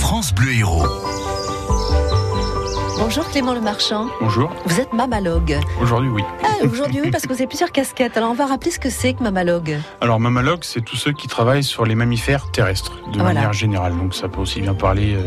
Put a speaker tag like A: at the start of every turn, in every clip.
A: France Bleu Héros.
B: Bonjour Clément Le Marchand,
C: Bonjour.
B: vous êtes mammalogue.
C: Aujourd'hui, oui.
B: Ah, Aujourd'hui, oui, parce que vous avez plusieurs casquettes. Alors, on va rappeler ce que c'est que mammalogue.
C: Alors, mammalogue, c'est tous ceux qui travaillent sur les mammifères terrestres, de
B: Voilà.
C: manière générale. Donc, ça peut aussi bien parler euh,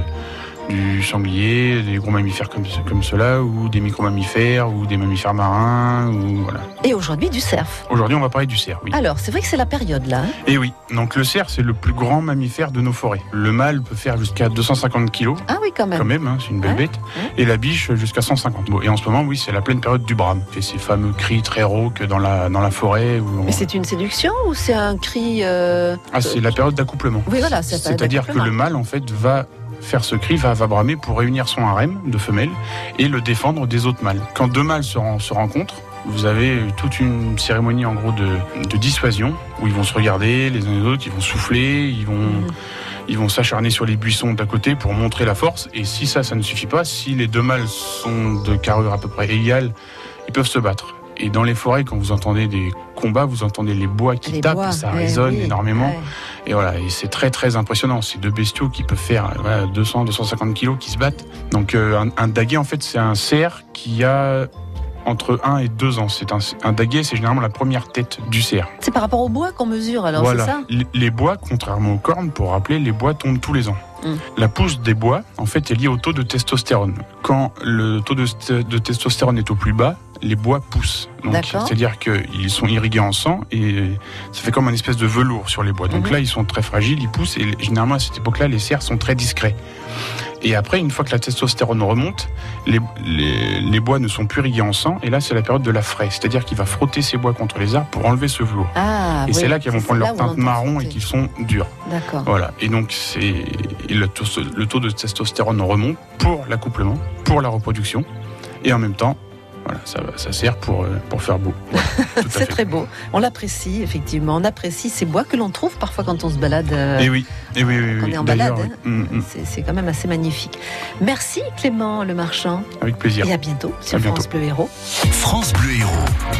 C: du sanglier, des gros mammifères comme, comme cela, ou des micro-mammifères, ou des mammifères marins, ou voilà.
B: Et aujourd'hui, du cerf.
C: Aujourd'hui, on va parler du cerf, oui.
B: Alors, c'est vrai que c'est la période là. hein.
C: Et oui, donc le cerf, c'est le plus grand mammifère de nos forêts. Le mâle peut faire jusqu'à 250 kilos.
B: ah oui, quand même.
C: Quand même, hein, c'est une belle
B: Ouais,
C: bête.
B: ouais.
C: Et la biche jusqu'à 150. Bon, et en ce moment, oui, c'est la pleine période du brame. Fait ces fameux cris très rauques dans la, dans la forêt. Où on-
B: Mais c'est une séduction ou c'est un cri. euh,
C: Ah, c'est la période d'accouplement.
B: Oui, voilà, c'est la période
C: C'est-à-dire que
B: d'accouplement.
C: le mâle, en fait, va faire ce cri, va, va bramer pour réunir son harem de femelles et le défendre des autres mâles. Quand deux mâles se, ren- se rencontrent, vous avez toute une cérémonie en gros de, de dissuasion où ils vont se regarder les uns les autres, ils vont souffler, ils vont,
B: Mhm.
C: ils vont s'acharner sur les buissons d'à côté pour montrer la force. Et si ça, ça ne suffit pas, si les deux mâles sont de carrure à peu près égale, ils peuvent se battre. Et dans les forêts, quand vous entendez des combats, vous entendez les bois qui
B: les
C: tapent,
B: bois.
C: ça
B: Eh
C: résonne
B: oui,
C: énormément.
B: ouais.
C: Et voilà, et c'est très très impressionnant. Ces deux bestiaux qui peuvent faire euh, voilà, 200, 250 kilos qui se battent. Donc euh, un, un daguet, en fait, c'est un cerf qui a entre 1 et 2 ans. C'est un, un daguet, c'est généralement la première tête du cerf.
B: C'est par rapport au bois qu'on mesure, alors
C: voilà.
B: c'est ça
C: L- Les bois, contrairement aux cornes, pour rappeler, les bois tombent tous les ans.
B: Mm.
C: La pousse des bois, en fait, est liée au taux de testostérone. Quand le taux de, st- de testostérone est au plus bas, les bois poussent. Donc,
B: D'accord.
C: C'est-à-dire qu'ils sont irrigués en sang et ça fait comme un espèce de velours sur les bois. Donc
B: Mhm.
C: là, ils sont très fragiles, ils poussent et généralement à cette époque-là, les cerfs sont très discrets. Et après, une fois que la testostérone remonte, les, les- les bois ne sont plus irrigués en sang et là, c'est la période de la fraie. C'est-à-dire qu'il va frotter ses bois contre les arbres pour enlever ce velours.
B: Ah,
C: Et c'est là qu'ils vont prendre leur teinte marron et
B: qui.
C: qu'ils sont durs.
B: D'accord.
C: Voilà. Et donc, c'est et le, taux, le taux de testostérone remonte pour l'accouplement, pour la reproduction, et en même temps, voilà, ça, va- ça sert pour, euh, pour faire beau. Voilà, tout à
B: C'est
C: fait.
B: très beau. On l'apprécie, effectivement. On apprécie ces bois que l'on trouve parfois quand on se balade. euh,
C: Et oui, et oui, oui,
B: Quand on
C: oui.
B: est en
C: D'ailleurs,
B: balade, hein.
C: oui. Mm, mm,
B: C'est c'est quand même assez magnifique. Merci Clément Le Marchand
C: avec plaisir.
B: et à bientôt sur
C: bientôt.
B: France Bleu Héros.
A: France Bleu Héros.